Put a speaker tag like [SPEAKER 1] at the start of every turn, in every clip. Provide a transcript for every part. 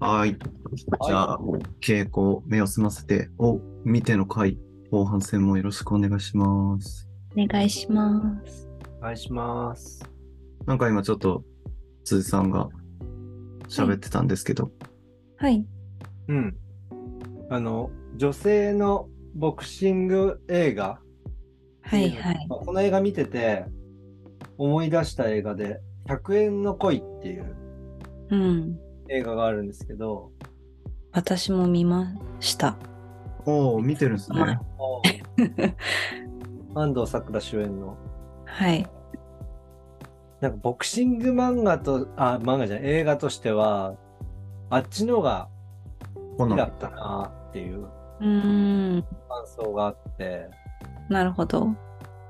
[SPEAKER 1] はーい。じゃあ、稽古、目を澄ませてを見ての回、後半戦もよろしくお願いします。
[SPEAKER 2] お願いします。
[SPEAKER 3] お願いします。
[SPEAKER 1] なんか今ちょっと、辻さんが喋ってたんですけど、
[SPEAKER 2] はい。
[SPEAKER 3] うん。あの、女性のボクシング映画って
[SPEAKER 2] は
[SPEAKER 3] いう
[SPEAKER 2] い
[SPEAKER 3] の
[SPEAKER 2] はい。
[SPEAKER 3] まあこの映画見てて、思い出した映画で、100円の恋っていう
[SPEAKER 2] うん。
[SPEAKER 3] 映画があるんですけど、
[SPEAKER 2] 私も見ました。
[SPEAKER 1] おお見てるんですね。
[SPEAKER 3] 安藤サクラ主演の、
[SPEAKER 2] はい。
[SPEAKER 3] なんかボクシング漫画と、あ、漫画じゃない、映画としては、あっちのが
[SPEAKER 1] こ
[SPEAKER 3] 好きだ
[SPEAKER 1] の、
[SPEAKER 3] ったなっていう
[SPEAKER 2] うーん。
[SPEAKER 3] 感想があって、
[SPEAKER 2] なるほど。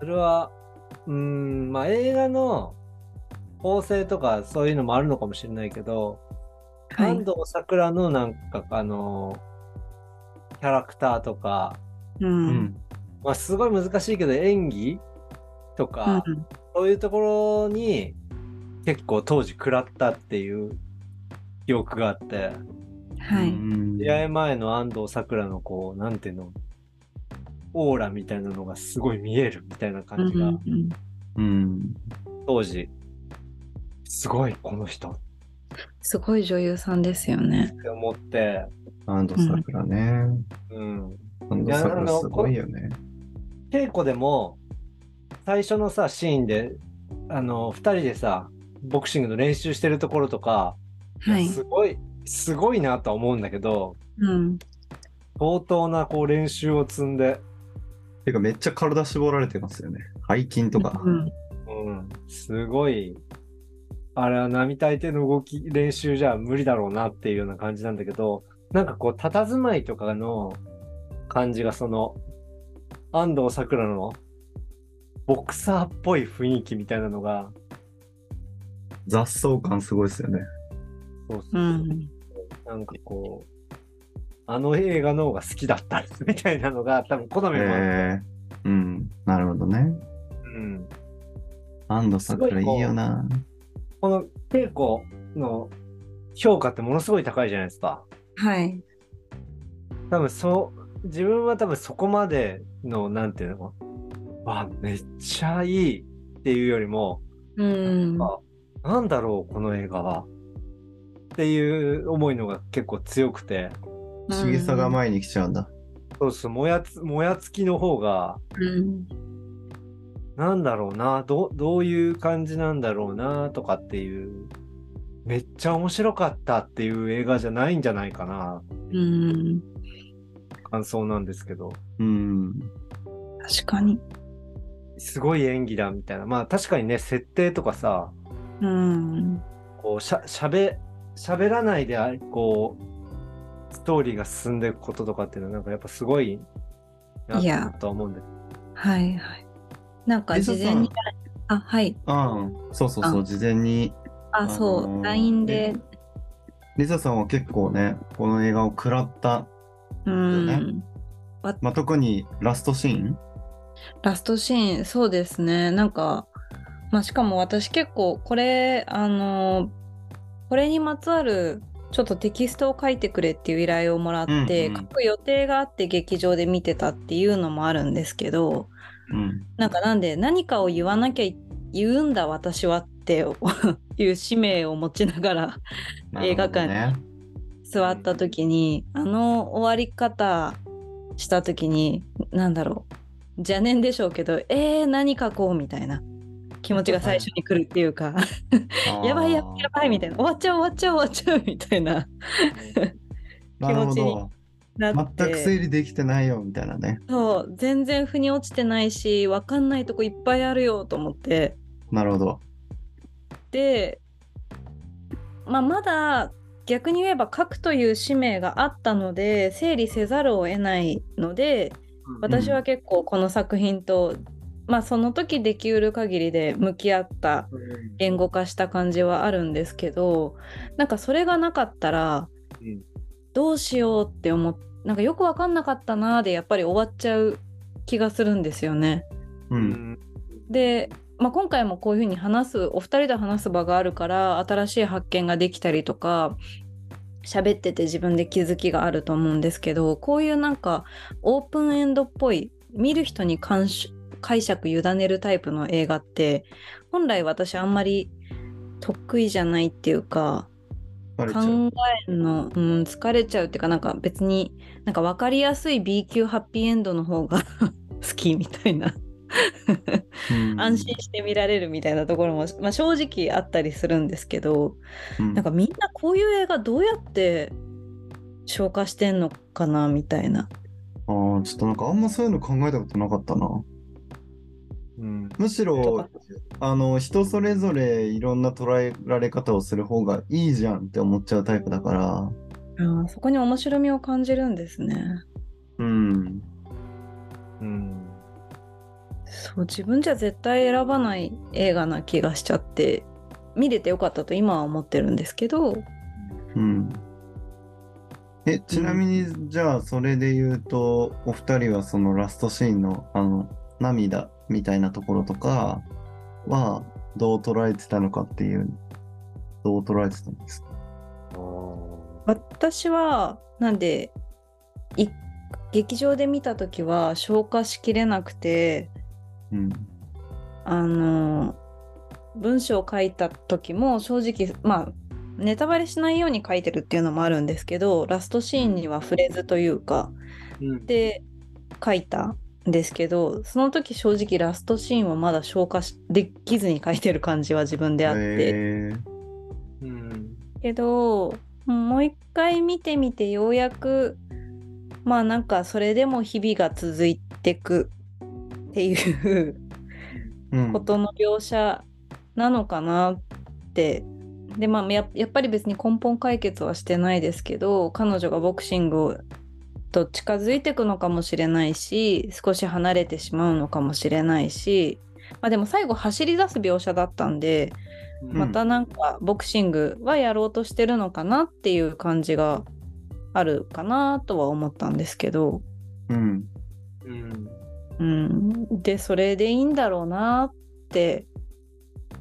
[SPEAKER 3] それは、うーん、まあ映画の構成とかそういうのもあるのかもしれないけど、
[SPEAKER 2] は
[SPEAKER 3] 安
[SPEAKER 2] い。
[SPEAKER 3] 藤サクラのなんかあの、キャラクターとか、
[SPEAKER 2] う。
[SPEAKER 1] うん
[SPEAKER 2] うん
[SPEAKER 1] ん。
[SPEAKER 3] まあすごい難しいけど演技とか、そういうところに結構当時食らったっていう記憶があって、
[SPEAKER 2] は
[SPEAKER 1] う
[SPEAKER 2] い。
[SPEAKER 1] ん
[SPEAKER 3] 出会い前の安藤サクラのこう、なんていうの、オーラみたいなのがすごい見えるみたいな
[SPEAKER 2] う
[SPEAKER 3] 感
[SPEAKER 2] ん
[SPEAKER 3] じが。
[SPEAKER 2] うん
[SPEAKER 1] うん。
[SPEAKER 3] 当時すごいこの人っ
[SPEAKER 2] すごい女優さんですよね。
[SPEAKER 3] て思って、
[SPEAKER 1] 安藤サクラね。
[SPEAKER 3] うん、
[SPEAKER 1] 安藤サクラすごいよね。
[SPEAKER 3] 稽古でも最初のさシーンであの2人でさボクシングの練習してるところとか、
[SPEAKER 2] はい。
[SPEAKER 3] すごいすごいなとは思うんだけど
[SPEAKER 2] うん。
[SPEAKER 3] 相当なこう練習を積んで、
[SPEAKER 1] てか、めっちゃ体絞られてますよね。背筋とか。
[SPEAKER 2] うん。
[SPEAKER 3] うん、すごいあれは並大抵の動き練習じゃ無理だろうなっていうような感じなんだけどなんかこう佇まいとかの感じがその安藤サクラのボクサーっぽい雰囲気みたいなのが
[SPEAKER 1] 雑草感すごいですよね。
[SPEAKER 3] そうそう
[SPEAKER 2] う。
[SPEAKER 3] そうんなんかこうあの映画の方が好きだったみたいなのが多分好みもある、
[SPEAKER 1] えー、うん。なるほどね。
[SPEAKER 3] うん、
[SPEAKER 1] 安藤サクラいいよな。
[SPEAKER 3] この稽古の評価ってものすごい高いじゃないですか
[SPEAKER 2] はい。
[SPEAKER 3] 多分そう自分は多分そこまでのなんていうのわめっちゃいいっていうよりも
[SPEAKER 2] うん。
[SPEAKER 3] あなんだろうこの映画はっていう思いのが結構強くて
[SPEAKER 1] 不思議さが前に来ちゃうんだ。
[SPEAKER 3] そうそうもやつもやつきの方が
[SPEAKER 2] うん。
[SPEAKER 3] なんだろうなどどういう感じなんだろうなとかっていうめっちゃ面白かったっていう映画じゃないんじゃないかな
[SPEAKER 2] うん。
[SPEAKER 3] 感想なんですけど
[SPEAKER 1] うん。
[SPEAKER 2] 確かに。
[SPEAKER 3] すごい演技だみたいなまあ確かにね設定とかさ
[SPEAKER 2] うん。
[SPEAKER 3] こうしゃしゃべしゃべらないであこうストーリーが進んでいくこととかっていうのはなんかやっぱすごい
[SPEAKER 2] いや
[SPEAKER 3] なとは思うんで
[SPEAKER 2] はいはい。なんか事前に。あ、はい。
[SPEAKER 1] ああ、そうそうそう、事前に。
[SPEAKER 2] あ、
[SPEAKER 1] あ
[SPEAKER 2] そ
[SPEAKER 1] の
[SPEAKER 2] う。
[SPEAKER 1] ー
[SPEAKER 2] LINE で。
[SPEAKER 1] リサさんは結構ね、この映画を食らった、
[SPEAKER 2] うん。
[SPEAKER 1] まあ、特にラストシーン
[SPEAKER 2] ラストシーンそうですねなんか、まあ、しかも私結構これあのこれにまつわるちょっとテキストを書いてくれっていう依頼をもらって、
[SPEAKER 1] うんうん
[SPEAKER 2] 書く予定があって劇場で見てたっていうのもあるんですけど
[SPEAKER 1] うん。
[SPEAKER 2] なんかなんで何かを言わなきゃ言うんだ私はって いう使命を持ちながら映画館に
[SPEAKER 1] なるほどね。
[SPEAKER 2] 座った時に、あの終わり方した時に何だろう邪念でしょうけどえー、何書こうみたいな気持ちが最初に来るっていうか
[SPEAKER 1] あー
[SPEAKER 2] やばいやばいやばいみたいな終わっちゃう終わっちゃう終わっちゃうみたいな
[SPEAKER 1] なるほ
[SPEAKER 2] 気持ち
[SPEAKER 1] ど。
[SPEAKER 2] なっ
[SPEAKER 1] 全く整
[SPEAKER 2] て
[SPEAKER 1] 理できてないよ、みたいなね。
[SPEAKER 2] そう全然腑に落ちてないし分かんないとこいっぱいあるよと思って
[SPEAKER 1] なるほど。
[SPEAKER 2] で、まあ、まだ逆に言えば書くという使命があったので整理せざるを得ないので私は結構この作品と、まあその時できうる限りで向き合った
[SPEAKER 3] うん
[SPEAKER 2] 言語化した感じはあるんですけどなんかそれがなかったら、
[SPEAKER 3] うん
[SPEAKER 2] どうしようって思っなんかよく分かんなかったなーでやっぱり終わっちゃう気がするんですよね。
[SPEAKER 1] う。
[SPEAKER 3] うんん
[SPEAKER 2] で、まあ、今回もこういうふうに話すお二人で話す場があるから新しい発見ができたりとか喋ってて自分で気づきがあると思うんですけどこういうなんかオープンエンドっぽい見る人に監修解釈委ねるタイプの映画って本来私あんまり得意じゃないっていうか
[SPEAKER 1] バレちゃう。
[SPEAKER 2] 考えるの、うん、疲れちゃうっていうかなんか別になんか分かりやすい B 級ハッピーエンドの方が 好きみたいな
[SPEAKER 1] うん
[SPEAKER 2] 安心して見られるみたいなところも、まあ、正直あったりするんですけど
[SPEAKER 1] うん
[SPEAKER 2] なんかみんなこういう映画どうやって消化してんのかなみたいな。
[SPEAKER 1] あーちょっとなんかあんまそういうの考えたことなかったな。
[SPEAKER 3] うん。
[SPEAKER 1] むし
[SPEAKER 2] と
[SPEAKER 1] ろ
[SPEAKER 2] か、
[SPEAKER 1] あの、人それぞれいろんな捉えられ方をする方がいいじゃんって思っちゃうタイプだから。
[SPEAKER 2] あーそこに面白みを感じるんですね。
[SPEAKER 1] うん。
[SPEAKER 3] うん。
[SPEAKER 2] そう自分じゃ絶対選ばない映画な気がしちゃって見れてよかったと今は思ってるんですけど
[SPEAKER 1] うん。え、ちなみに、じゃあ、それで言うと、お二人はそのラストシーンの、あの、涙みたいなところとかは、どう捉えてたのかっていう、どう捉えてたんですか
[SPEAKER 3] あー
[SPEAKER 2] 私はなんでい劇場で見た時は消化しきれなくて
[SPEAKER 1] うん。
[SPEAKER 2] あの文章を書いた時も正直まあネタバレしないように書いてるっていうのもあるんですけどラストシーンには触れずというか
[SPEAKER 3] うん
[SPEAKER 2] で書いたんですけどその時正直ラストシーンはまだ消化しできずに書いてる感じは自分であって、
[SPEAKER 1] え
[SPEAKER 3] うん。
[SPEAKER 2] けどもう一回見てみてようやくまあなんかそれでも日々が続いてくっていう
[SPEAKER 1] ーうん
[SPEAKER 2] ことの描写なのかなってでまあややっぱり別に根本解決はしてないですけど彼女がボクシングをと近づいていくのかもしれないし少し離れてしまうのかもしれないし、まあ、でも最後走り出す描写だったんで
[SPEAKER 3] うん
[SPEAKER 2] またなんかボクシングはやろうとしてるのかなっていう感じがあるかなとは思ったんですけど、
[SPEAKER 1] うん。
[SPEAKER 3] うん。
[SPEAKER 2] うん、でそれでいいんだろうなって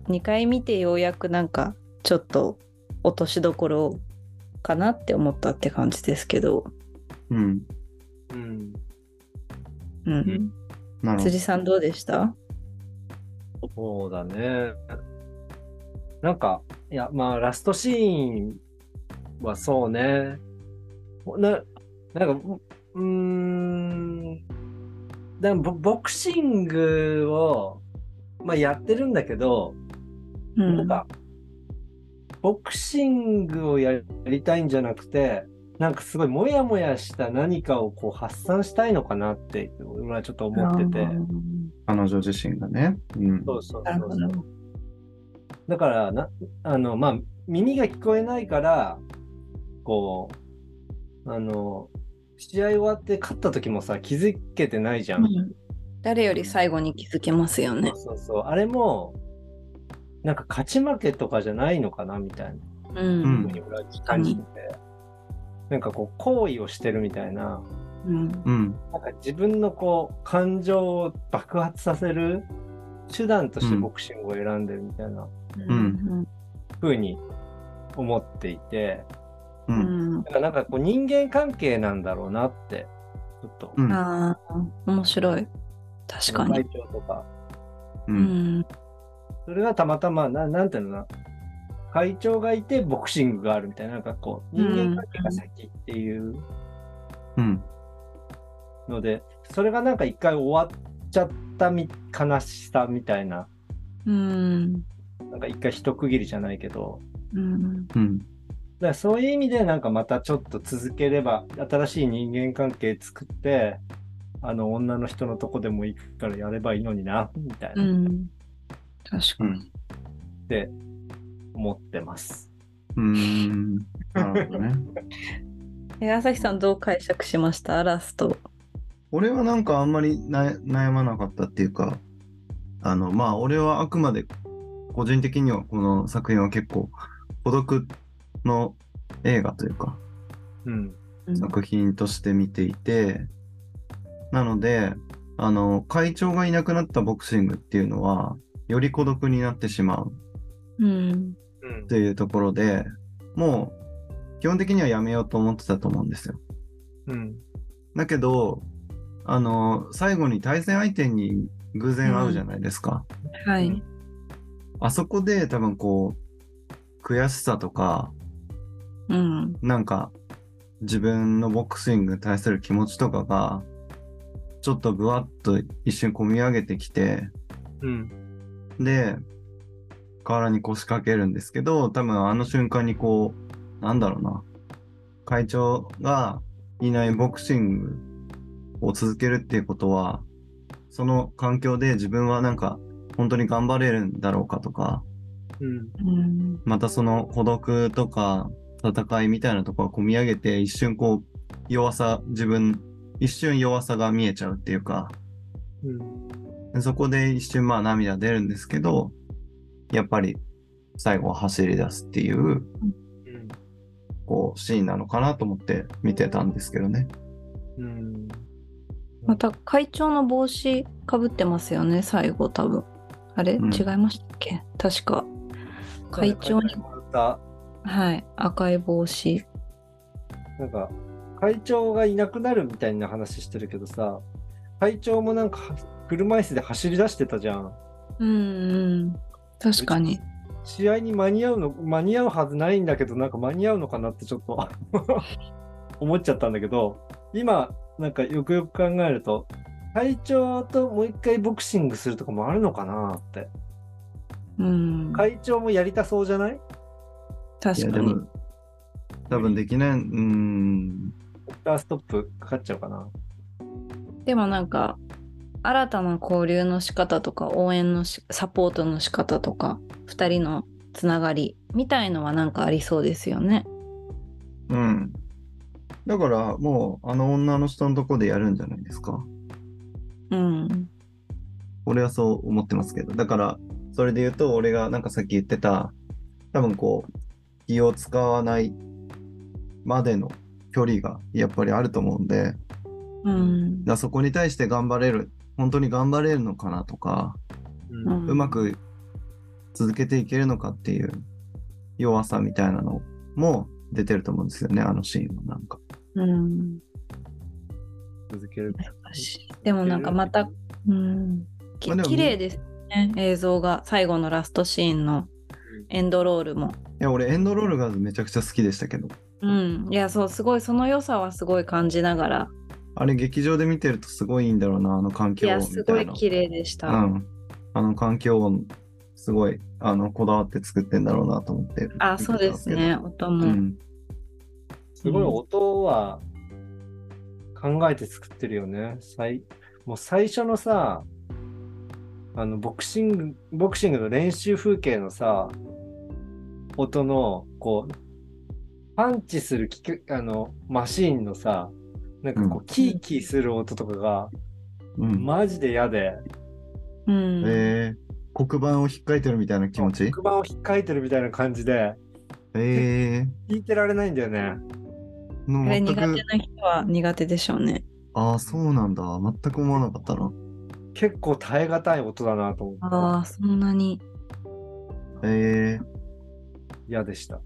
[SPEAKER 2] 2回見てようやくなんかちょっと落としどころかなって思ったって感じですけど、
[SPEAKER 1] うん。
[SPEAKER 3] うん。
[SPEAKER 2] うん
[SPEAKER 3] ん
[SPEAKER 1] なるほど。
[SPEAKER 2] 辻さんどうでした
[SPEAKER 3] そうだね。なんか、いや、まあ、ラストシーンはそうね。な、なんか、うーん。でもボ、ボクシングを、まあ、やってるんだけど、
[SPEAKER 2] う
[SPEAKER 3] なんか、ボクシングをやりたいんじゃなくて、なんかすごいモヤモヤした何かをこう発散したいのかなって、俺はちょっと思ってて。
[SPEAKER 1] 彼女自身がね。うん。
[SPEAKER 3] そうそう
[SPEAKER 2] なる
[SPEAKER 3] そ
[SPEAKER 2] ほ
[SPEAKER 3] う
[SPEAKER 2] ど。
[SPEAKER 3] だからな、あの、まあ、耳が聞こえないから、こう、あの、試合終わって勝った時もさ、気づけてないじゃん。
[SPEAKER 2] うん誰より最後に気づけますよね。
[SPEAKER 3] そうそう。あれも、なんか勝ち負けとかじゃないのかな、みたいな。ふ
[SPEAKER 2] う
[SPEAKER 1] ん
[SPEAKER 3] うに俺は感じてて、なんかこう行為をしてるみたいな
[SPEAKER 2] うん
[SPEAKER 1] うん。
[SPEAKER 3] なんか自分のこう感情を爆発させる手段として
[SPEAKER 1] うん
[SPEAKER 3] ボクシングを選んでるみたいな
[SPEAKER 2] うん
[SPEAKER 3] 風に思っていて、
[SPEAKER 1] う。
[SPEAKER 2] うんん
[SPEAKER 3] なんかなんかこう人間関係なんだろうなってちょっと
[SPEAKER 1] うん。
[SPEAKER 2] ああ、面白い。確かに。
[SPEAKER 3] 会長とか
[SPEAKER 1] う。
[SPEAKER 2] うんん。
[SPEAKER 3] それがたまたまななんていうのかな会長がいてボクシングがあるみたいななんかこう人間関係が先っていう
[SPEAKER 1] うん。
[SPEAKER 3] ので、それがなんか一回終わっちゃったみ悲しさみたいな、
[SPEAKER 2] うん。
[SPEAKER 3] なんか一回一区切りじゃないけど、
[SPEAKER 2] うん。
[SPEAKER 1] うん。
[SPEAKER 3] だからそういう意味でなんかまたちょっと続ければ、新しい人間関係作って、あの女の人のとこでも行くからやればいいのにな、みたいうなっ
[SPEAKER 2] ん。確か
[SPEAKER 1] う
[SPEAKER 2] に。
[SPEAKER 1] ん。
[SPEAKER 3] て思ってます。
[SPEAKER 1] うん。なるほどね。
[SPEAKER 2] え、朝日さんどう解釈しましたラスト。
[SPEAKER 1] 俺はなんかあんまりな悩まなかったっていうか、あの、まあ俺はあくまで個人的にはこの作品は結構孤独の映画というか
[SPEAKER 3] うん。
[SPEAKER 1] 作品として見ていて、なので、あの、会長がいなくなったボクシングっていうのは、より孤独になってしまう
[SPEAKER 2] うん。
[SPEAKER 3] うん
[SPEAKER 1] というところでもう基本的にはやめようと思ってたと思うんですよ。
[SPEAKER 3] うん。
[SPEAKER 1] だけど、あの、最後に対戦相手に偶然会うじゃないですか。
[SPEAKER 2] はい。
[SPEAKER 1] あそこで多分こう、悔しさとか、
[SPEAKER 2] うん。
[SPEAKER 1] なんか、自分のボクシングに対する気持ちとかが、ちょっとぶわっと一瞬込み上げてきて、
[SPEAKER 3] うん。
[SPEAKER 1] で、河原に腰掛けるんですけど、多分あの瞬間にこう、なんだろうな、会長がいないボクシングを続けるっていうことは、その環境で自分はなんか、本当に頑張れるんだろうかとか、
[SPEAKER 3] うん。
[SPEAKER 2] うん。
[SPEAKER 1] またその孤独とか戦いみたいなところを込み上げて、一瞬こう、弱さ、自分、一瞬弱さが見えちゃうっていうか、
[SPEAKER 3] うん。
[SPEAKER 1] でそこで一瞬まあ涙出るんですけど、やっぱり最後は走り出すっていう、
[SPEAKER 3] うん。
[SPEAKER 1] こう、シーンなのかなと思って見てたんですけどね。
[SPEAKER 3] うん。
[SPEAKER 2] また会長の帽子かぶってますよね、最後多分。あれ、
[SPEAKER 1] うん
[SPEAKER 2] 違いましたっけ確か。会長に、
[SPEAKER 3] もらった、
[SPEAKER 2] はい、赤い帽子。
[SPEAKER 3] なんか、会長がいなくなるみたいな話してるけどさ、会長もなんかは車椅子で走り出してたじゃん。
[SPEAKER 2] うんうん。確かに。
[SPEAKER 3] 試合に間に合うの、間に合うはずないんだけど、なんか間に合うのかなってちょっと思っちゃったんだけど、今、なんかよくよく考えると、会長ともう一回ボクシングするとかもあるのかなって。
[SPEAKER 2] うん。
[SPEAKER 3] 会長もやりたそうじゃない
[SPEAKER 1] いや、
[SPEAKER 2] 確か
[SPEAKER 1] で
[SPEAKER 2] に。
[SPEAKER 1] も、多分できない、うーん、
[SPEAKER 3] ラストップかかっちゃうかな。
[SPEAKER 2] でもなんか、新たな交流の仕方とか、応援のしサポートの仕方とか、二人のつながりみたいのはなんかありそうですよね。
[SPEAKER 1] うん。だからもう、あの女の人のとこでやるんじゃないですか。
[SPEAKER 2] うん。
[SPEAKER 1] 俺はそう思ってますけど。だから、それで言うと、俺がなんかさっき言ってた、多分こう、気を使わないまでの距離がやっぱりあると思うんで、
[SPEAKER 2] うん
[SPEAKER 1] だか。らそこに対して頑張れる本当に頑張れるのかなとか、
[SPEAKER 3] う。
[SPEAKER 2] うんん
[SPEAKER 1] うまく続けていけるのかっていう弱さみたいなのも出てると思うんですよねあのシーンはなんか。
[SPEAKER 2] うん。
[SPEAKER 3] 続ける。
[SPEAKER 2] 難しいでもなんかまた、うん、き
[SPEAKER 1] まあでも
[SPEAKER 2] 綺麗ですね映像が最後のラストシーンのエンドロールも。
[SPEAKER 1] いや俺エンドロールがめちゃくちゃ好きでしたけど
[SPEAKER 2] うん、いやそうすごいその良さはすごい感じながら
[SPEAKER 1] あれ劇場で見てるとすごいいいんだろうなあの環
[SPEAKER 2] い
[SPEAKER 1] 境音
[SPEAKER 2] や
[SPEAKER 1] み
[SPEAKER 2] す
[SPEAKER 1] た
[SPEAKER 2] ご
[SPEAKER 1] い
[SPEAKER 2] い
[SPEAKER 1] な。
[SPEAKER 2] 綺麗でした、
[SPEAKER 1] うん、あの環境音すごいあのこだわって作ってんだろうなと思って。
[SPEAKER 2] あそうですね。音
[SPEAKER 1] う
[SPEAKER 2] も、
[SPEAKER 1] ん、
[SPEAKER 3] すごい音は考えて作ってるよね。最もう最初のさ、あのボクシング、ボクシングの練習風景のさ、音の、こう、パンチするキックあのマシーンのさ、なんかこ
[SPEAKER 1] う
[SPEAKER 3] う、キーキーする音とかが、
[SPEAKER 1] うん
[SPEAKER 3] マジで嫌で、
[SPEAKER 2] うん
[SPEAKER 1] えー黒板を引っかいてるみたいな気持ち
[SPEAKER 3] 黒板を引っかいてるみたいな感じで、
[SPEAKER 1] え
[SPEAKER 3] 聞いてられないんだよね。
[SPEAKER 1] ー、の
[SPEAKER 2] あれ
[SPEAKER 1] 全
[SPEAKER 2] 苦手
[SPEAKER 1] く
[SPEAKER 2] な人は苦手でしょうね
[SPEAKER 1] ああ、そうなんだ。全く思わなかったな。
[SPEAKER 3] 結構耐え難い音だなと思って、
[SPEAKER 2] ああそんなに
[SPEAKER 1] え
[SPEAKER 3] 嫌でした。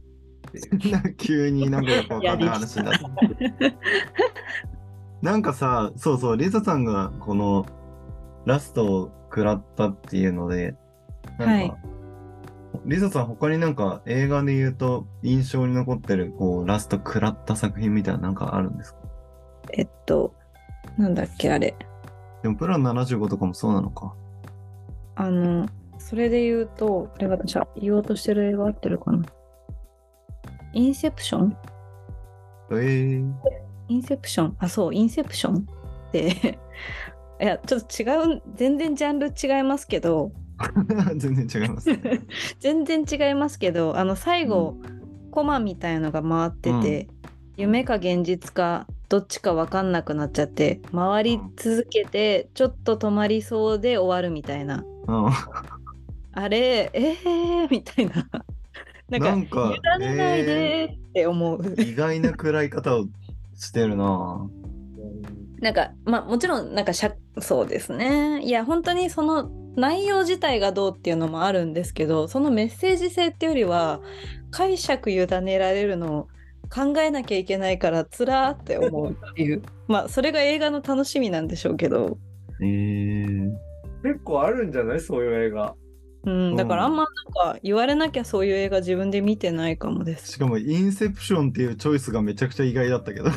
[SPEAKER 1] ー、 急になんかよくわかんない話になった。なんかさ、そうそう、リサさんがこのラストを食らったっていうので、なんか、
[SPEAKER 2] はい
[SPEAKER 1] リサさん他になんか映画で言うと印象に残ってるこうラスト食らった作品みたいななんかあるんですか
[SPEAKER 2] えっとなんだっけあれ
[SPEAKER 1] でもプラン75とかもそうなのか。
[SPEAKER 2] あの、それで言うと、これ私は言おうとしてる映画合ってるかな。インセプション
[SPEAKER 1] えー、
[SPEAKER 2] インセプションあ、そう、インセプションって、 いや、ちょっと違う、全然ジャンル違いますけど、
[SPEAKER 1] 全然違い ますね。
[SPEAKER 2] 全然違いますけど、あの、最後、コマみたいのが回ってて、夢か現実か、どっちか分かんなくなっちゃって、回り続けて、ちょっと止まりそうで終わるみたいな。
[SPEAKER 1] うん
[SPEAKER 2] あれ、えー、みたいな。 なんか、
[SPEAKER 1] なんか
[SPEAKER 2] 委ねないでーって思う。
[SPEAKER 1] 意外な食らい方をしてるなぁ。
[SPEAKER 2] なんか、まあ、もちろん、なんかしゃ、そうですね。いや、本当にその内容自体がどうっていうのもあるんですけど、そのメッセージ性っていうよりは、解釈委ねられるの考えなきゃいけないからつらーって思うっていう まあそれが映画の楽しみなんでしょうけど、
[SPEAKER 1] えー、
[SPEAKER 3] 結構あるんじゃないそういう映画。
[SPEAKER 2] うん、だからあんまなんか言われなきゃそういう映画自分で見てないかもです
[SPEAKER 1] しかも、インセプションっていうチョイスがめちゃくちゃ意外だったけど。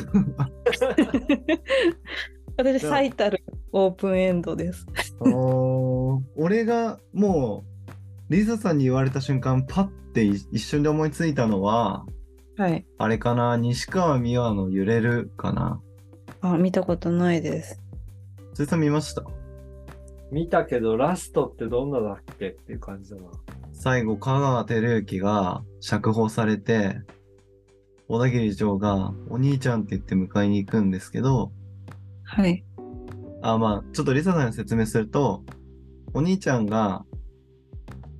[SPEAKER 2] 私
[SPEAKER 3] じゃあ
[SPEAKER 2] 最たるオープンエンドです。
[SPEAKER 1] おー俺がもう、リサさんに言われた瞬間、パッてい一瞬で思いついたのは、
[SPEAKER 2] はい。
[SPEAKER 1] あれかな、西川美和の揺れるかな。
[SPEAKER 2] あ、見たことないです。
[SPEAKER 1] それさん見ました
[SPEAKER 3] 見たけど、ラストってどんなだっけっていう感じだな。
[SPEAKER 1] 最後、香川照之が釈放されて、小田切長がお兄ちゃんって言って迎えに行くんですけど、
[SPEAKER 2] はい。
[SPEAKER 1] あ、まあ、ちょっとリサさんに説明すると、お兄ちゃんが、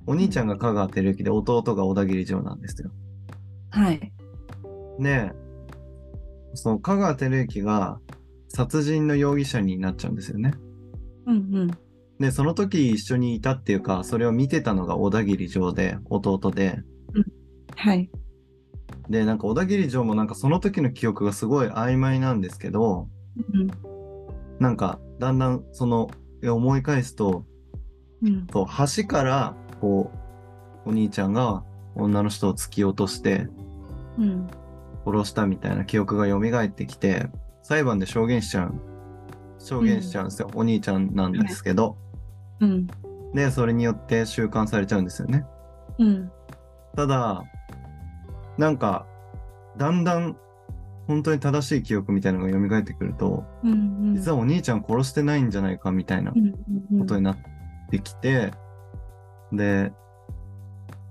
[SPEAKER 1] お兄ちゃんが香川照之で弟が小田切城なんですよ。
[SPEAKER 2] はい。
[SPEAKER 1] で、その香川照之が殺人の容疑者になっちゃうんですよね。
[SPEAKER 2] うんうん。
[SPEAKER 1] で、その時一緒にいたっていうか、それを見てたのが小田切城で、弟で。
[SPEAKER 2] はい。
[SPEAKER 1] で、なんか小田切城もなんかその時の記憶がすごい曖昧なんですけど、
[SPEAKER 2] うん
[SPEAKER 1] なんかだんだんその思い返すと、
[SPEAKER 2] うん。
[SPEAKER 1] そう橋からこうお兄ちゃんが女の人を突き落として
[SPEAKER 2] うん。
[SPEAKER 1] 殺したみたいな記憶が蘇ってきて裁判で証言しちゃう証言しちゃうんですよ、お兄ちゃんなんですけど、
[SPEAKER 2] うん。
[SPEAKER 1] でそれによって収監されちゃうんですよね
[SPEAKER 2] うん。
[SPEAKER 1] ただなんかだんだん本当に正しい記憶みたいなのが蘇ってくると、
[SPEAKER 2] うん。
[SPEAKER 1] 実はお兄ちゃん殺してないんじゃないかみたいな
[SPEAKER 2] うんうん
[SPEAKER 1] ことになってきて、で、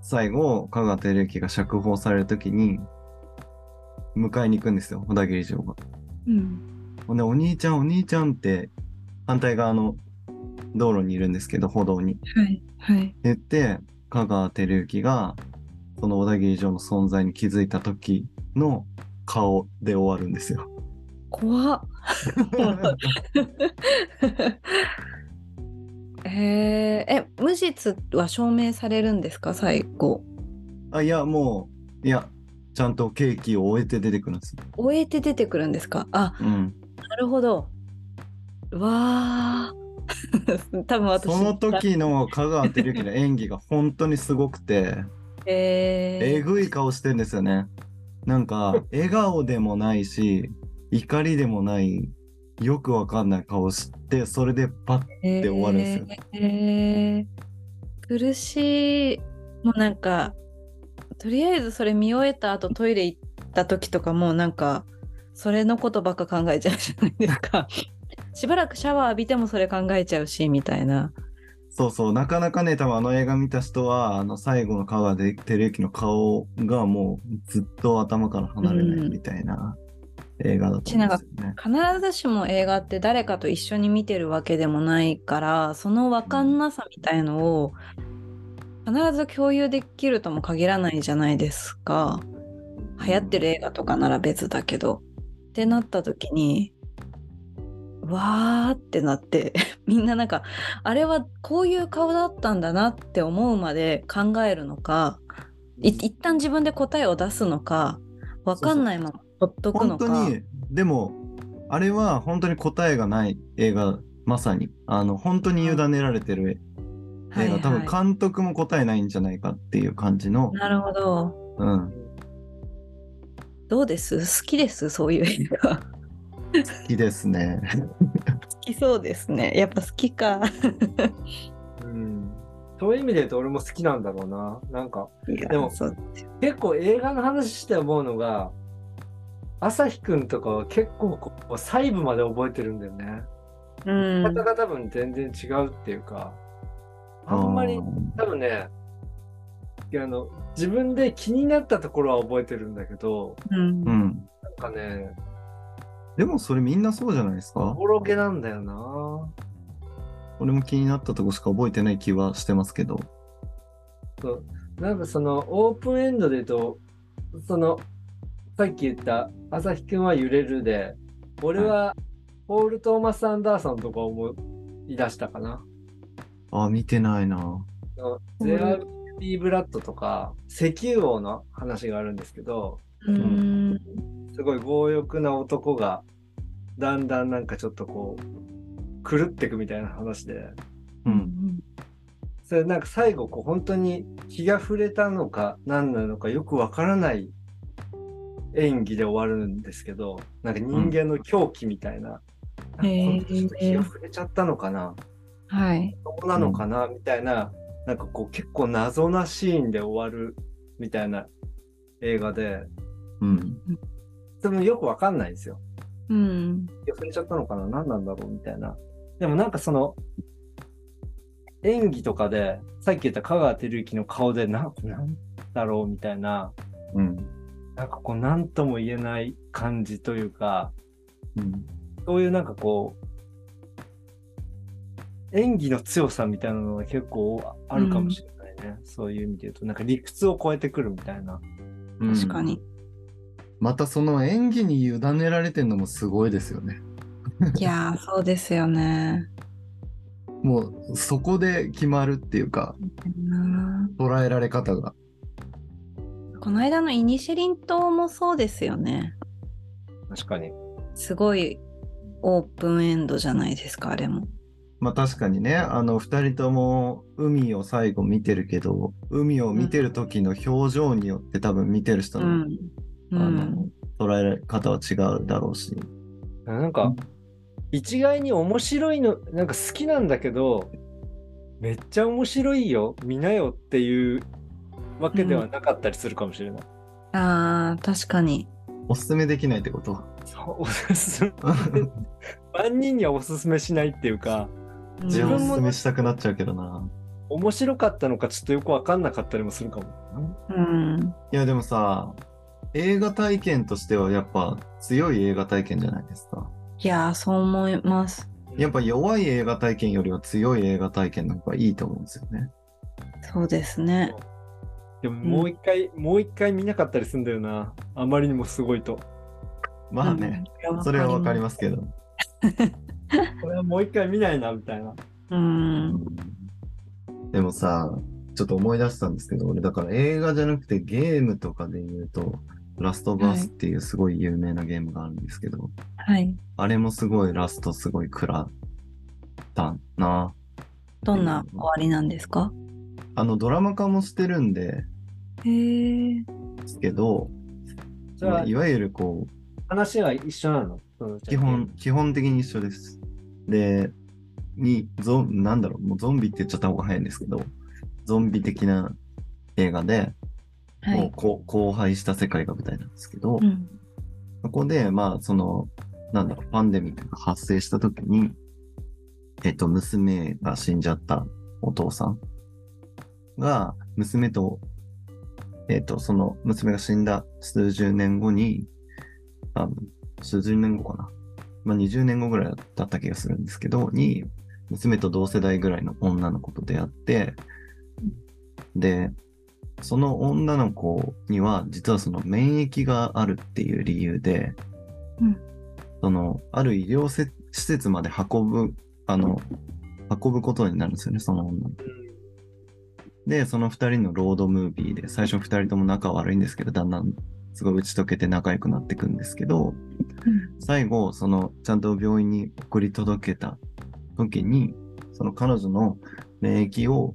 [SPEAKER 1] 最後、香川照之が釈放されるときに、迎えに行くんですよ、小田切城が。
[SPEAKER 2] うん。
[SPEAKER 1] ほんで、お兄ちゃん、お兄ちゃんって、反対側の道路にいるんですけど、歩道に。
[SPEAKER 2] はい。はい。
[SPEAKER 1] 言って、香川照之が、その小田切城の存在に気づいた時の顔で終わるんです よ。
[SPEAKER 2] 怖っ。えー、え、無実は証明されるんですか、最後。
[SPEAKER 1] あ、いや、もう、いや、ちゃんと刑期を終えて出てくるんですよ。
[SPEAKER 2] 終えて出てくるんですか。あ、
[SPEAKER 1] うん。
[SPEAKER 2] なるほど。わあ。 多分私。
[SPEAKER 1] その。時の香川照之の演技が本当にすごくて、
[SPEAKER 2] えー、
[SPEAKER 1] えぐい顔してんですよね。なんか、笑顔でもないし、怒りでもない、よくわかんない顔して、それでパッ
[SPEAKER 2] え
[SPEAKER 1] て終わるんですよ
[SPEAKER 2] えー苦しいもうなんかとりあえずそれ見終えた後トイレ行った時とかもうなんかそれのことばっか考えちゃうじゃないですか しばらくシャワー浴びてもそれ考えちゃうしみたいな
[SPEAKER 1] そうそう、なかなかね、多分あの映画見た人は、あの最後の香川照之の顔がもうずっと頭から離れないみたいな映画だと思うんですよね。
[SPEAKER 2] 必ずしも映画って誰かと一緒に見てるわけでもないからその分かんなさみたいのを必ず共有できるとも限らないじゃないですか流行ってる映画とかなら別だけどってなった時にわーってなって みんななんかあれはこういう顔だったんだなって思うまで考えるのかい一旦自分で答えを出すのか分かんないままほっとくの
[SPEAKER 1] 本
[SPEAKER 2] か。
[SPEAKER 1] 当に、でも、あれは本当に答えがない映画、まさに、あの、本当に委ねられてる
[SPEAKER 2] は
[SPEAKER 1] 映
[SPEAKER 2] い
[SPEAKER 1] 画、
[SPEAKER 2] はい
[SPEAKER 1] 多分監督も答えないんじゃないかっていう感じの、
[SPEAKER 2] なるほど。
[SPEAKER 1] うん、
[SPEAKER 2] どうです好きですそういう映画。好
[SPEAKER 1] 好きですね。
[SPEAKER 2] きそうですね。やっぱ好きか。
[SPEAKER 3] うん。そういう意味で言うと俺も好きなんだろうな。なんか、
[SPEAKER 2] いや
[SPEAKER 3] でも
[SPEAKER 2] そう
[SPEAKER 3] 結構映画の話して思うのが、朝日くんとかは結構こう細部まで覚えてるんだよね。
[SPEAKER 2] うん。
[SPEAKER 3] 方が多分全然違うっていうか、あんまり
[SPEAKER 1] う
[SPEAKER 3] 多分ね、いやあの自分で気になったところは覚えてるんだけど、
[SPEAKER 2] うん
[SPEAKER 1] うん。
[SPEAKER 3] なんかね、
[SPEAKER 1] でもそれみんなそうじゃないですか
[SPEAKER 3] おぼろげなんだよな。
[SPEAKER 1] 俺も気になったとこしか覚えてない気はしてますけど。
[SPEAKER 3] なんかそのオープンエンドで言うと、そのさっき言った朝日くんは揺れるで、俺はポール・トーマス・アンダーソンとか思い出したかな。
[SPEAKER 1] あ、見てないな。
[SPEAKER 3] その
[SPEAKER 2] うん
[SPEAKER 3] ゼアビー・ブラッドとか石油王の話があるんですけど、
[SPEAKER 2] うーん
[SPEAKER 3] すごい強欲な男が、だんだんなんかちょっとこう、狂ってくみたいな話で、
[SPEAKER 1] う。
[SPEAKER 2] うんん
[SPEAKER 3] それなんか最後こう本当に気が触れたのか何なのかよくわからない演技で終わるんですけどなんか人間の狂気みたいな,、
[SPEAKER 2] うん
[SPEAKER 3] なんかこの人気が触れちゃったのかな、
[SPEAKER 2] はい
[SPEAKER 3] そうなのかな、みたいななんかこう結構謎なシーンで終わるみたいな映画で
[SPEAKER 1] うん。
[SPEAKER 3] でもよくわかんないんですよ。
[SPEAKER 2] うん
[SPEAKER 3] 触れちゃったのかな何なんだろうみたいな。でもなんかその、演技とかで、さっき言った香川照之の顔で、な、なんだろうみたいな、
[SPEAKER 1] うん。
[SPEAKER 3] なんかこう、なんとも言えない感じというか、
[SPEAKER 1] うん。
[SPEAKER 3] そういうなんかこう、演技の強さみたいなのが結構あるかもしれないね。そういう意味で言うと、なんか理屈を超えてくるみたいな。
[SPEAKER 1] うん
[SPEAKER 2] 確か。に、
[SPEAKER 1] またその演技に委ねられてるのもすごいですよね。
[SPEAKER 2] いやーそうですよね
[SPEAKER 1] もうそこで決まるっていうか、
[SPEAKER 2] うん
[SPEAKER 1] 捉えられ方が。
[SPEAKER 2] この間のイニシェリン島もそうですよね
[SPEAKER 3] 確かに。
[SPEAKER 2] すごいオープンエンドじゃないですかあれも
[SPEAKER 1] まあ確かにね、あの二人とも海を最後見てるけど、海を見てる時の表情によって多分見てる人
[SPEAKER 2] う
[SPEAKER 1] の、
[SPEAKER 2] んう
[SPEAKER 1] あの
[SPEAKER 2] ん
[SPEAKER 1] 捉え方は違うだろうし。
[SPEAKER 3] なんか、
[SPEAKER 1] うん
[SPEAKER 3] 一概に面白いの、なんか好きなんだけど、めっちゃ面白いよ、見なよっていうわけではなかったりするかもしれない。
[SPEAKER 2] あー確かに
[SPEAKER 1] おすすめできないってこと
[SPEAKER 3] そうおすすめ 万人にはおすすめしないっていうか、
[SPEAKER 1] 自分
[SPEAKER 3] 分
[SPEAKER 1] お
[SPEAKER 3] も
[SPEAKER 1] すすめしたくなっちゃうけどな。
[SPEAKER 3] 面白かったのかちょっとよくわかんなかったりもするかも。
[SPEAKER 2] うん
[SPEAKER 1] いやでもさ、映画体験としてはやっぱ強い映画体験じゃないですか。
[SPEAKER 2] いやーそう思います
[SPEAKER 1] やっぱ弱い映画体験よりは強い映画体験の方がいいと思うんですよね。
[SPEAKER 2] そうですね
[SPEAKER 3] でももう一回、もう一回見なかったりするんだよな。あまりにもすごいと。
[SPEAKER 1] まあね、
[SPEAKER 2] うん
[SPEAKER 1] それはわかりますけど。
[SPEAKER 3] これはもう一回見ないな、みたいな。
[SPEAKER 2] うん
[SPEAKER 1] でもさ、ちょっと思い出したんですけど、俺だから映画じゃなくてゲームとかで言うと、ラストバースっていうすごい有名なゲームがあるんですけど、
[SPEAKER 2] はい
[SPEAKER 1] あれもすごいラストすごい食らったな。
[SPEAKER 2] どんな終わりなんですか
[SPEAKER 1] あのドラマ化もしてるんで
[SPEAKER 2] へえ
[SPEAKER 1] すけど、
[SPEAKER 3] じ
[SPEAKER 1] ま
[SPEAKER 3] ゃ
[SPEAKER 1] あ
[SPEAKER 3] あ
[SPEAKER 1] い、わゆるこう、
[SPEAKER 3] 話は一緒なのその
[SPEAKER 1] 基本、基本的に一緒です。で、に、ゾン、なんだろう、もうゾンビって言っちゃった方が早いんですけど、ゾンビ的な映画で、
[SPEAKER 2] は
[SPEAKER 1] もう
[SPEAKER 2] い
[SPEAKER 1] こう荒廃した世界が舞台なんですけど、
[SPEAKER 2] うん
[SPEAKER 1] そこで、まあ、その、なんだろう、パンデミックが発生した時に、えっと、娘が死んじゃったお父さんが、娘と、えっと、その娘が死んだ数十年後に、あの数十年後かな。まあ、20年後ぐらいだった気がするんですけど、に、娘と同世代ぐらいの女の子と出会って、で、その女の子には、実はその免疫があるっていう理由で、
[SPEAKER 2] うん
[SPEAKER 1] その、ある医療せ施設まで運ぶ、あの、運ぶことになるんですよね、その女の子。で、その二人のロードムービーで、最初二人とも仲悪いんですけど、だんだんすごい打ち解けて仲良くなっていくんですけど、最後、その、ちゃんと病院に送り届けた時に、その彼女の免疫を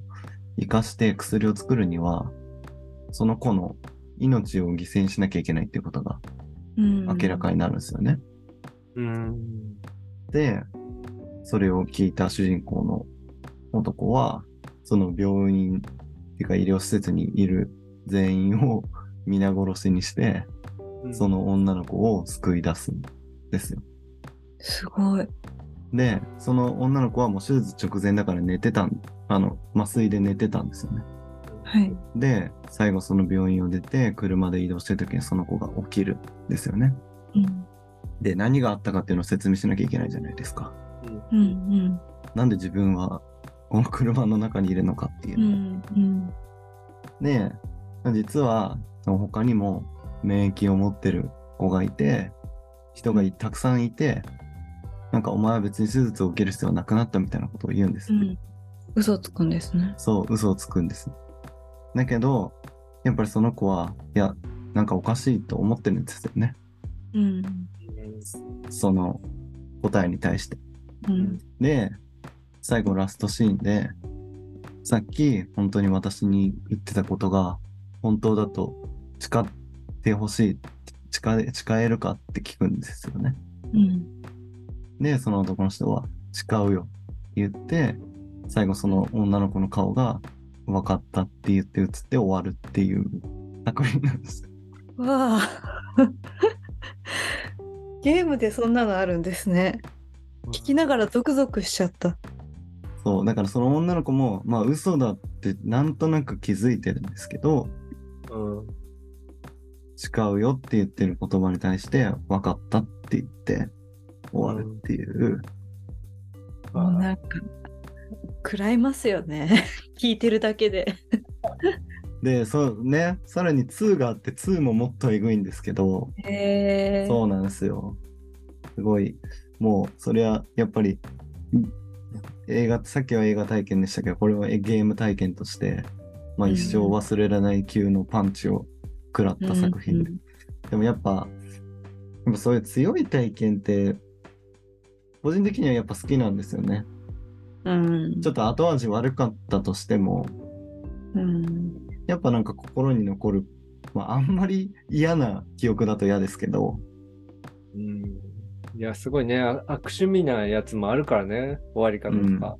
[SPEAKER 1] 生かして薬を作るには、その子の命を犠牲にしなきゃいけないっていうことが
[SPEAKER 2] うん
[SPEAKER 1] 明らかになるんですよね。
[SPEAKER 3] うん。
[SPEAKER 1] で、それを聞いた主人公の男は、その病院、っていうか医療施設にいる全員を皆殺しにして、その女の子を救い出すんですよ。
[SPEAKER 2] すごい
[SPEAKER 1] で、その女の子はもう手術直前だから寝てたん、あの、麻酔で寝てたんですよね。
[SPEAKER 2] はい
[SPEAKER 1] で、最後その病院を出て、車で移動してる時にその子が起きるんですよね。
[SPEAKER 2] うん
[SPEAKER 1] で、何があったかっていうのを説明しなきゃいけないじゃないですか。
[SPEAKER 2] うん
[SPEAKER 1] なんで自分はこの車の中にいるのかっていう
[SPEAKER 2] うんう
[SPEAKER 1] の。
[SPEAKER 2] んうん
[SPEAKER 1] で、実は、その他にも免疫を持ってる子がいて、人がいたくさんいて、なんかお前は別に手術を受ける必要はなくなったみたいなことを言うんです
[SPEAKER 2] う
[SPEAKER 1] よ。
[SPEAKER 2] ん嘘つくんですね
[SPEAKER 1] そう、嘘をつくんです。だけど、やっぱりその子は、いや、なんかおかしいと思ってるんですよね
[SPEAKER 2] うん
[SPEAKER 1] その答えに対して。
[SPEAKER 2] うん
[SPEAKER 1] で最後ラストシーンでさっき本当に私に言ってたことが本当だと誓ってほしい誓え誓えるかって聞くんですよね。
[SPEAKER 2] うん
[SPEAKER 1] でその男の人は「誓うよ」って言って最後その女の子の顔が「分かった」って言って映って終わるっていう作品なんですよ。
[SPEAKER 2] わあ ゲームでそんなのあるんですね聞きながらゾクゾクしちゃった
[SPEAKER 1] そうだからその女の子もまあ嘘だってなんとなく気づいてるんですけど
[SPEAKER 3] うん
[SPEAKER 1] 誓うよって言ってる言葉に対して分かったって言って終わるっていう、
[SPEAKER 2] もうなんか食らいますよね 聞いてるだけで
[SPEAKER 1] でそうねさらに2があって2ももっとえぐいんですけど
[SPEAKER 2] へえ
[SPEAKER 1] そうなんですよすごいもうそれはやっぱりん映画さっきは映画体験でしたけどこれはえゲーム体験として、まあ、
[SPEAKER 2] うん
[SPEAKER 1] 一生忘れられない級のパンチを食らった作品で、でもやっぱ、やっぱそういう強い体験って、個人的にはやっぱ好きなんですよね。
[SPEAKER 2] うんうん
[SPEAKER 1] ちょっと後味悪かったとしても、
[SPEAKER 2] うん
[SPEAKER 1] やっぱなんか心に残る、まあ、あんまり嫌な記憶だと嫌ですけど、
[SPEAKER 3] うんいや、すごいね。あ悪趣味なやつもあるからね。終わり方とか。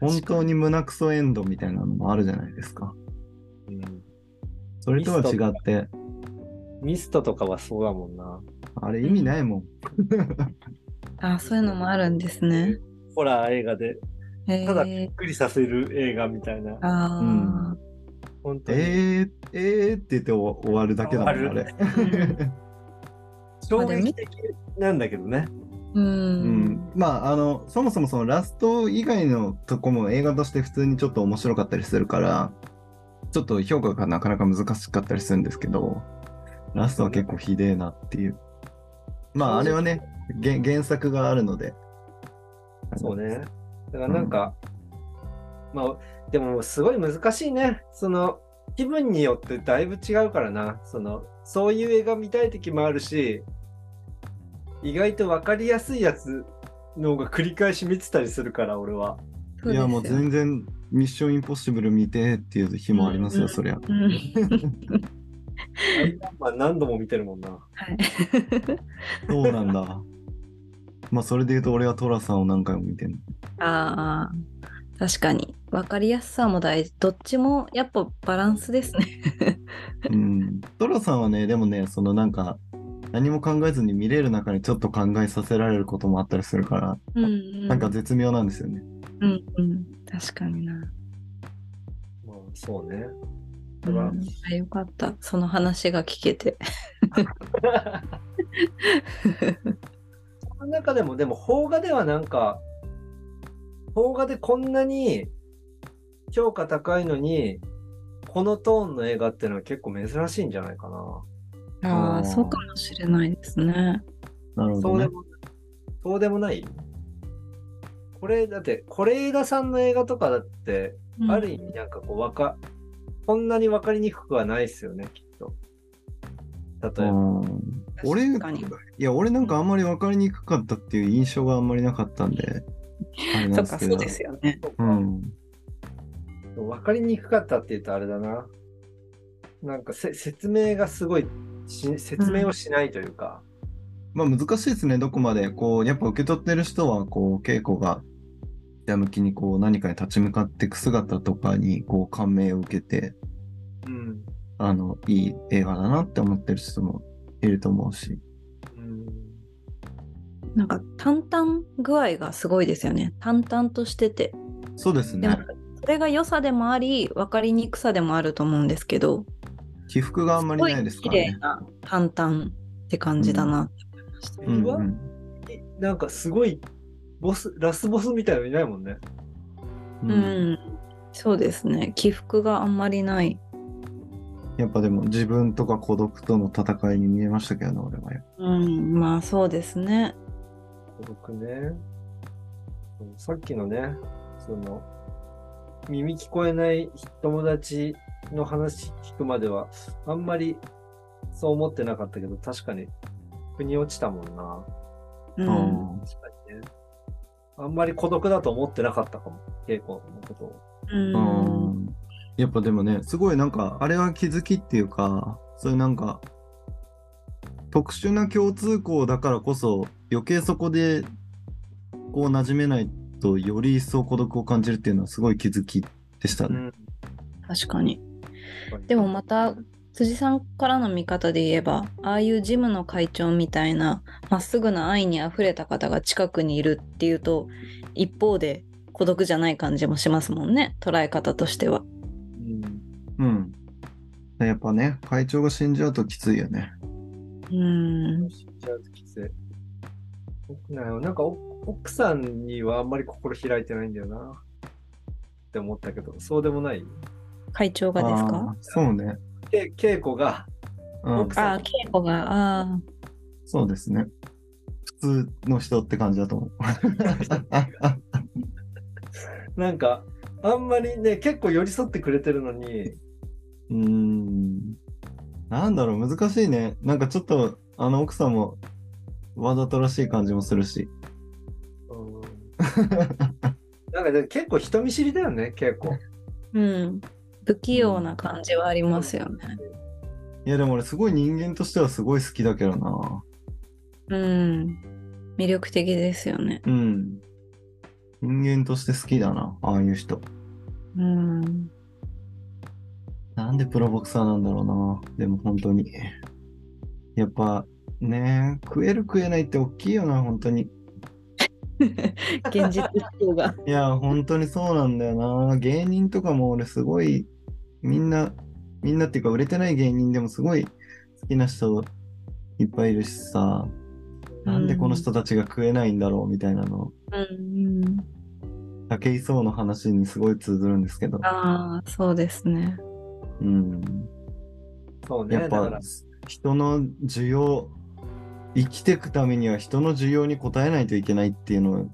[SPEAKER 1] 本当に胸クソエンドみたいなのもあるじゃないですか。
[SPEAKER 3] うん
[SPEAKER 1] それとは違って、
[SPEAKER 3] ミストとかはそうだもんな。
[SPEAKER 1] あれ意味ないもん。
[SPEAKER 2] あそういうのもあるんですね
[SPEAKER 3] ホラー映画で
[SPEAKER 2] へ
[SPEAKER 3] ただび
[SPEAKER 2] え
[SPEAKER 3] っくりさせる映画みたいな。
[SPEAKER 2] ああ、
[SPEAKER 3] 本当に
[SPEAKER 1] えー、えーって言って終わ終わるだけだもん、あ
[SPEAKER 3] 終わる
[SPEAKER 1] れ。
[SPEAKER 3] 衝撃的なんだけどね。
[SPEAKER 2] う
[SPEAKER 1] うんん、まああのそもそもそのラスト以外のとこも映画として普通にちょっと面白かったりするからちょっと評価がなかなか難しかったりするんですけどラストは結構ひでえなっていうまああれはね原原作があるので
[SPEAKER 3] そうね。だからなんか、まあ、でもすごい難しいね。その、気分によってだいぶ違うからな。その、そういう映画見たい時もあるし、意外と分かりやすいやつの方が繰り返し見てたりするから、俺 は。
[SPEAKER 2] そう
[SPEAKER 1] い
[SPEAKER 2] です
[SPEAKER 1] や
[SPEAKER 2] よ
[SPEAKER 1] もう全然「ミッションインポッシブル」見てっていう日もありますよ、
[SPEAKER 2] うん
[SPEAKER 1] そりゃ
[SPEAKER 2] うん
[SPEAKER 3] アイアンマン何度も見てるもんな。
[SPEAKER 2] はい
[SPEAKER 1] そうなんだまあそれで言うと俺はトラさんを何回も見てる
[SPEAKER 2] ああ確かに分かりやすさも大事どっちもやっぱバランスです ね。
[SPEAKER 1] うん、トラさんはね、でもね、そのなんか、何も考えずに見れる中にちょっと考えさせられることもあったりするから、
[SPEAKER 2] うん、
[SPEAKER 1] なんか絶妙なんですよね。
[SPEAKER 2] うんうん、確かにな。
[SPEAKER 3] まあ、そうね。
[SPEAKER 2] う
[SPEAKER 3] うんん、
[SPEAKER 2] あよかったその話が聞けて。
[SPEAKER 3] その中でも、でも、邦画ではなんか、邦画でこんなに評価高いのに、このトーンの映画ってのは結構珍しいんじゃないかな。
[SPEAKER 2] あ
[SPEAKER 1] あ
[SPEAKER 2] あ
[SPEAKER 1] ー
[SPEAKER 2] そうかもしれないですね。
[SPEAKER 1] なるほ
[SPEAKER 3] そ
[SPEAKER 1] ど
[SPEAKER 3] うで
[SPEAKER 1] ね。
[SPEAKER 3] も、そうでもないこれ、だって、是枝さんの映画とかだって、
[SPEAKER 2] うん
[SPEAKER 3] ある意味なんかこう、わか、こんなにわかりにくくはないですよね、きっと。例えば。
[SPEAKER 1] うん俺、い
[SPEAKER 2] 確かに
[SPEAKER 1] や、俺なんかあんまり分かりにくかったっていう印象があんまりなかったんで、あれな
[SPEAKER 2] そ
[SPEAKER 1] ん
[SPEAKER 2] っ
[SPEAKER 1] です
[SPEAKER 2] か
[SPEAKER 1] け
[SPEAKER 2] そ
[SPEAKER 1] ど。
[SPEAKER 2] うですよね。
[SPEAKER 1] うん。
[SPEAKER 3] 分かりにくかったって言うとあれだな。なんかせ説明がすごいし、説明をしないというか。
[SPEAKER 1] まあ難しいですね、どこまで。こう、やっぱ受け取ってる人は、こう、稽古が、ひたむきにこう、何かに立ち向かっていく姿とかに、こう、感銘を受けて、
[SPEAKER 3] うん。
[SPEAKER 1] あの、いい映画だなって思ってる人もいると思うし。
[SPEAKER 3] うん、
[SPEAKER 2] なんか淡々具合がすごいですよね。淡々としてて。
[SPEAKER 1] そうです
[SPEAKER 2] でも
[SPEAKER 1] ね。
[SPEAKER 2] それが良さでもあり分かりにくさでもあると思うんですけど。
[SPEAKER 1] 起伏があんまりないですから
[SPEAKER 2] すごい綺麗
[SPEAKER 1] ね。
[SPEAKER 2] な淡々って感じだな。
[SPEAKER 1] う
[SPEAKER 3] 敵
[SPEAKER 1] ん
[SPEAKER 3] は、
[SPEAKER 1] うん
[SPEAKER 3] なんかすごい、ボス、ラスボスみたいのいないもんね。
[SPEAKER 1] う
[SPEAKER 2] うん、
[SPEAKER 1] ん
[SPEAKER 2] そうですね。起伏があんまりない。
[SPEAKER 1] やっぱでも自分とか孤独との戦いに見えましたけどね、俺は。
[SPEAKER 2] うん、まあそうですね。
[SPEAKER 3] 孤独ね。うんさっきのね、その、耳聞こえない友達の話聞くまでは、あんまりそう思ってなかったけど、確かに、腑に落ちたもんな。
[SPEAKER 2] う
[SPEAKER 1] うんん。
[SPEAKER 3] 確かにね。あんまり孤独だと思ってなかったかも、稽古のことを。
[SPEAKER 2] うん
[SPEAKER 1] うんやっぱでもね、すごいなんか、あれは気づきっていうか、そういうなんか、特殊な共通項だからこそ、余計そこで、こう、馴染めないと、より一層孤独を感じるっていうのは、すごい気づきでしたね。
[SPEAKER 2] 確かにでもまた辻さんからの見方で言えばああいうジムの会長みたいなまっすぐな愛にあふれた方が近くにいるっていうと一方で孤独じゃない感じもしますもんね捉え方としては。
[SPEAKER 3] うん
[SPEAKER 1] うん。やっぱね、会長が死んじゃうときついよね。
[SPEAKER 2] うん
[SPEAKER 3] 死んじゃうときつい。僕なんかなんかお奥さんにはあんまり心開いてないんだよな。って思ったけど、そうでもない。
[SPEAKER 2] 会長がですか
[SPEAKER 1] あーそうね。
[SPEAKER 3] け稽古が、
[SPEAKER 1] うん
[SPEAKER 3] 奥、さん
[SPEAKER 2] ああ稽古がああ
[SPEAKER 1] そうですね。普通の人って感じだと思う。
[SPEAKER 3] なんか、あんまりね、結構寄り添ってくれてるのに、
[SPEAKER 1] うーん。なんだろう、難しいね。なんかちょっと、あの奥さんも、わざとらしい感じもするし。
[SPEAKER 3] うん、なんかでも結構人見知りだよね、稽古。
[SPEAKER 2] うん不器用な感じはありますよね。
[SPEAKER 1] いや、でも俺、すごい人間としてはすごい好きだけどな。
[SPEAKER 2] うん魅力的ですよね。
[SPEAKER 1] うん。人間として好きだな、ああいう人。
[SPEAKER 2] うん
[SPEAKER 1] なんでプロボクサーなんだろうな。でも本当に。やっぱ、ねえ、食える食えないって大きいよな、本当に。
[SPEAKER 2] 現実思考が。
[SPEAKER 1] いや、本当にそうなんだよな。芸人とかも俺すごい、みんな、みんなっていうか売れてない芸人でもすごい好きな人いっぱいいるしさ、 なんでこの人たちが食えないんだろうみたいなの、
[SPEAKER 2] うんうん
[SPEAKER 1] 竹井壮の話にすごい通ずるんですけど、
[SPEAKER 2] ああ、そうですね。
[SPEAKER 1] うん。
[SPEAKER 3] そうね、
[SPEAKER 1] やっ
[SPEAKER 3] だか
[SPEAKER 1] ぱ
[SPEAKER 3] ら、
[SPEAKER 1] 人の需要、生きてくためには人の需要に応えないといけないっていうの、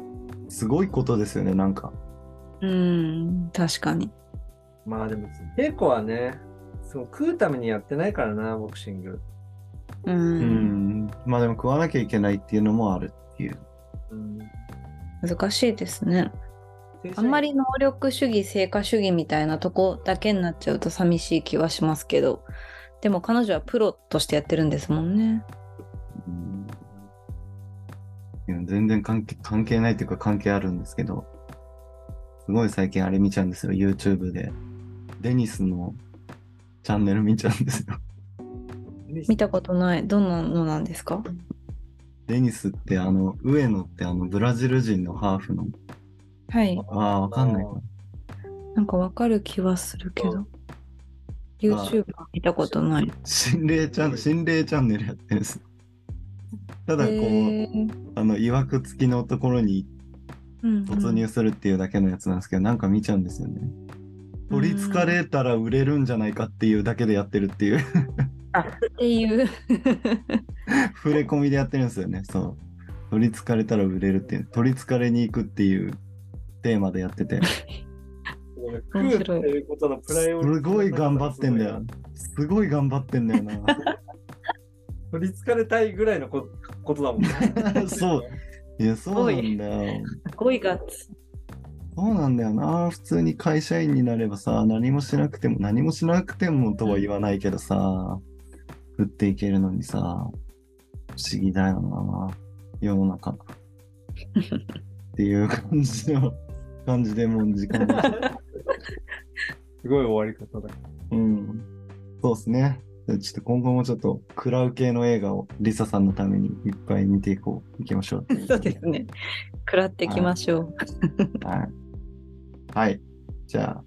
[SPEAKER 1] すごいことですよね、なんか。
[SPEAKER 2] うん、確かに。
[SPEAKER 3] まあでも、稽古はね、そう食うためにやってないからな、ボクシング。
[SPEAKER 1] う
[SPEAKER 2] う、
[SPEAKER 1] んん。まあでも食わなきゃいけないっていうのもあるっていう。
[SPEAKER 3] うん、
[SPEAKER 2] 難しいですね。あんまり能力主義、成果主義みたいなとこだけになっちゃうと寂しい気はしますけど、でも彼女はプロとしてやってるんですもんね。
[SPEAKER 1] うんいや全然関係関係ないというか関係あるんですけど、すごい最近あれ見ちゃうんですよ、YouTube で。デニスのチャンネル見ちゃうんですよ。
[SPEAKER 2] 見たことない。どんなのなんですか
[SPEAKER 1] デニスってあの、上野ってあの、ブラジル人のハーフの。
[SPEAKER 2] はい。
[SPEAKER 1] ああ、わかんないかな。
[SPEAKER 2] なんかわかる気はするけど。YouTube は見たことない。
[SPEAKER 1] 心霊チャン、心霊チャンネルやってるんですよ。ただこう、
[SPEAKER 2] へー
[SPEAKER 1] あの、曰く付きのところに
[SPEAKER 2] うん
[SPEAKER 1] 突入するっていうだけのやつなんですけど、なんか見ちゃうんですよね。取りつかれたら売れるんじゃないかっていうだけでやってるっていう
[SPEAKER 2] っていう。
[SPEAKER 1] 触れ込みでやってるんですよねそう取りつかれたら売れるっていう取りつかれに行くっていうテーマでやってて
[SPEAKER 3] 俺食う
[SPEAKER 2] 面
[SPEAKER 3] って
[SPEAKER 2] 白い
[SPEAKER 3] いうことのプライオリティ
[SPEAKER 1] すごい頑張ってんだよ。すごい頑張ってんだよな。
[SPEAKER 3] 取りつかれたいぐらいのこことだもんね
[SPEAKER 1] そう。いやそうなんだよ
[SPEAKER 2] すごいガッツ。
[SPEAKER 1] そうなんだよな普通に会社員になればさ何もしなくても何もしなくてもとは言わないけどさ食っていけるのにさ不思議だよな世の中っていう感じの感じでもう時間 が
[SPEAKER 3] すごい終わり方だ。
[SPEAKER 1] うん。そうですね。ちょっと今後もちょっと、クラウ系の映画をリサさんのためにいっぱい見ていこう。いきましょう。
[SPEAKER 2] そうですね。食らっていきましょう。
[SPEAKER 1] はい。はい。じゃあ、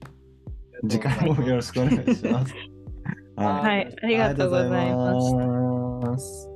[SPEAKER 1] 次回もよろしくお願いします。
[SPEAKER 3] はい
[SPEAKER 2] はい、ありがとうございます。
[SPEAKER 1] ありがとうございます。